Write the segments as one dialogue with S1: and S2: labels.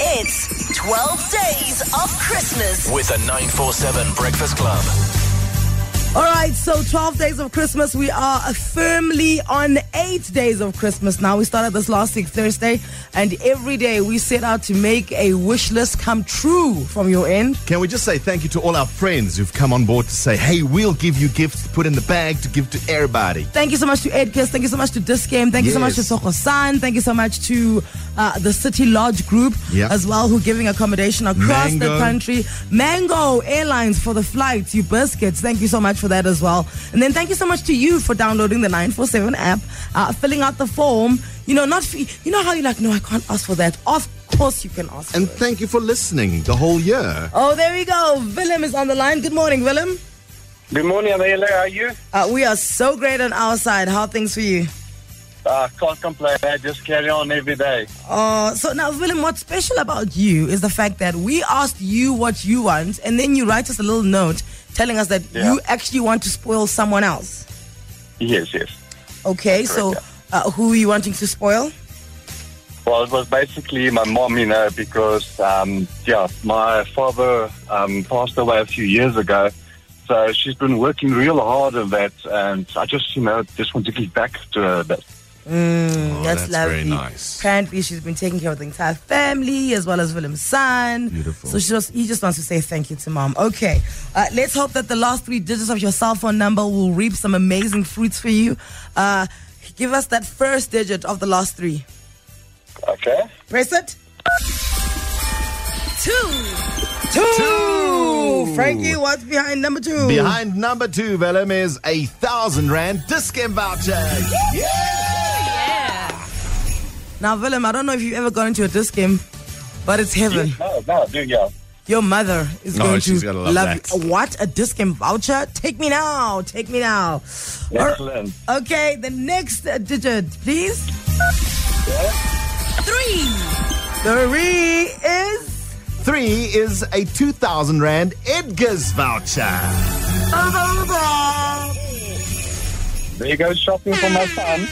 S1: It's 12 Days of Christmas.
S2: with the 947 Breakfast Club.
S3: All right, so 12 days of Christmas. We are firmly on eight days of Christmas now. We started this last week, Thursday, and every day we set out to make a wish list come true from your end.
S4: Can we just say thank you to all our friends who've come on board to say, hey, we'll give you gifts to put in the bag to give to everybody.
S3: Thank you so much to Edkis. Thank you so much to Disc Game. Thank you so much to
S4: Yes.
S3: Soko San. Thank you so much to uh, the City Lodge Group
S4: Yep.
S3: as well, who are giving accommodation across the
S4: Mango.
S3: country. Mango Airlines for the flights, you biscuits. Thank you so much for that as well. And then thank you so much to you for downloading the 947 app, uh, filling out the form. You know, not fe- you know how you're like, no, I can't ask for that. Of course you can ask.
S4: And
S3: for it.
S4: thank you for listening the whole year.
S3: oh, there we go. Willem is on the line. Good morning, Willem.
S5: Good morning, Amela. How are you?
S3: Uh, we are so great on our side. How are things for you?
S5: Uh, can't complain. I just carry on every day.
S3: Oh, so now, Willem, what's special about you is the fact that we asked you what you want, and then you write us a little note telling us that
S5: Yeah.
S3: you actually want to spoil someone else.
S5: Yes, yes.
S3: Okay, so uh, who are you wanting to spoil?
S5: Well, it was basically my mom, you know, because um, yeah, my father um, passed away a few years ago, so she's been working real hard on that, and I just, you know, just want to give back to her. That
S3: Mm,
S4: Oh, that's very nice.
S3: Apparently, she's been taking care of the entire family as well as Willem's son.
S4: Beautiful.
S3: So she just, he just wants to say thank you to mom. Okay, uh, let's hope that the last three digits of your cell phone number will reap some amazing fruits for you. Uh, give us that first digit of the last three.
S5: okay?
S3: Press it.
S1: Two.
S3: Two. Frankie, what's behind number two?
S4: Behind number two, Vellum, is a thousand rand discount voucher.
S3: Now, Willem, I don't know if you've ever gone into a disc game, but it's heaven.
S5: No, no, do yeah.
S3: Your mother is
S4: No,
S3: going
S4: she's
S3: to
S4: gotta love that.
S3: you. What? A disc game voucher? Take me now. Take me now. Or-
S5: Excellent.
S3: okay, the next uh, digit, please.
S1: Three.
S3: Three is.
S4: Three is a 2,000 rand Edgar's voucher.
S5: There you go shopping for my son.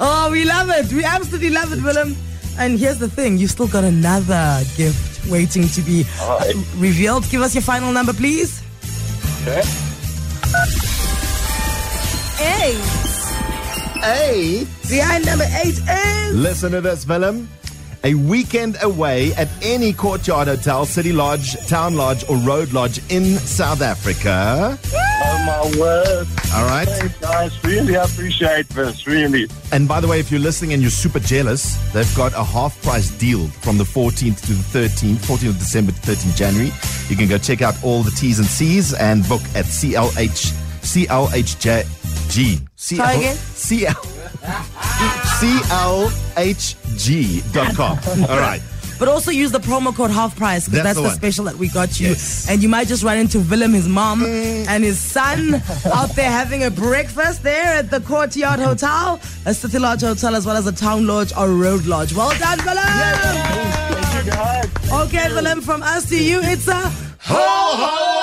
S3: Oh, we love it. We absolutely love it, Willem. And here's the thing you've still got another gift waiting to be
S5: All right.
S3: revealed. Give us your final number, please.
S5: Okay.
S1: Eight.
S4: Eight.
S3: Behind number eight is.
S4: Listen to this, Willem. A weekend away at any courtyard hotel, city lodge, town lodge, or road lodge in South Africa.
S5: Oh my word!
S4: All right.
S5: Thanks, guys. Really appreciate this. Really.
S4: And by the way, if you're listening and you're super jealous, they've got a half price deal from the 14th to the 13th, 14th of December to 13th January. You can go check out all the T's and C's and book at CLH, CLHJG.
S3: Try again.
S4: CL, CLHG.com. All right.
S3: But also use the promo code half price because that's,
S4: That's the
S3: the,
S4: one.
S3: special that we got you.
S4: Yes. Mm.
S3: And you might just run into Willem, his mom, and his son out there having a breakfast there at the Courtyard Hotel, a City Lodge Hotel, as well as a Town Lodge or Road Lodge. Well done, Willem!
S5: Thank you, guys.
S3: Okay, Willem, from us to you, it's a
S4: Ho, ho,
S3: Oh,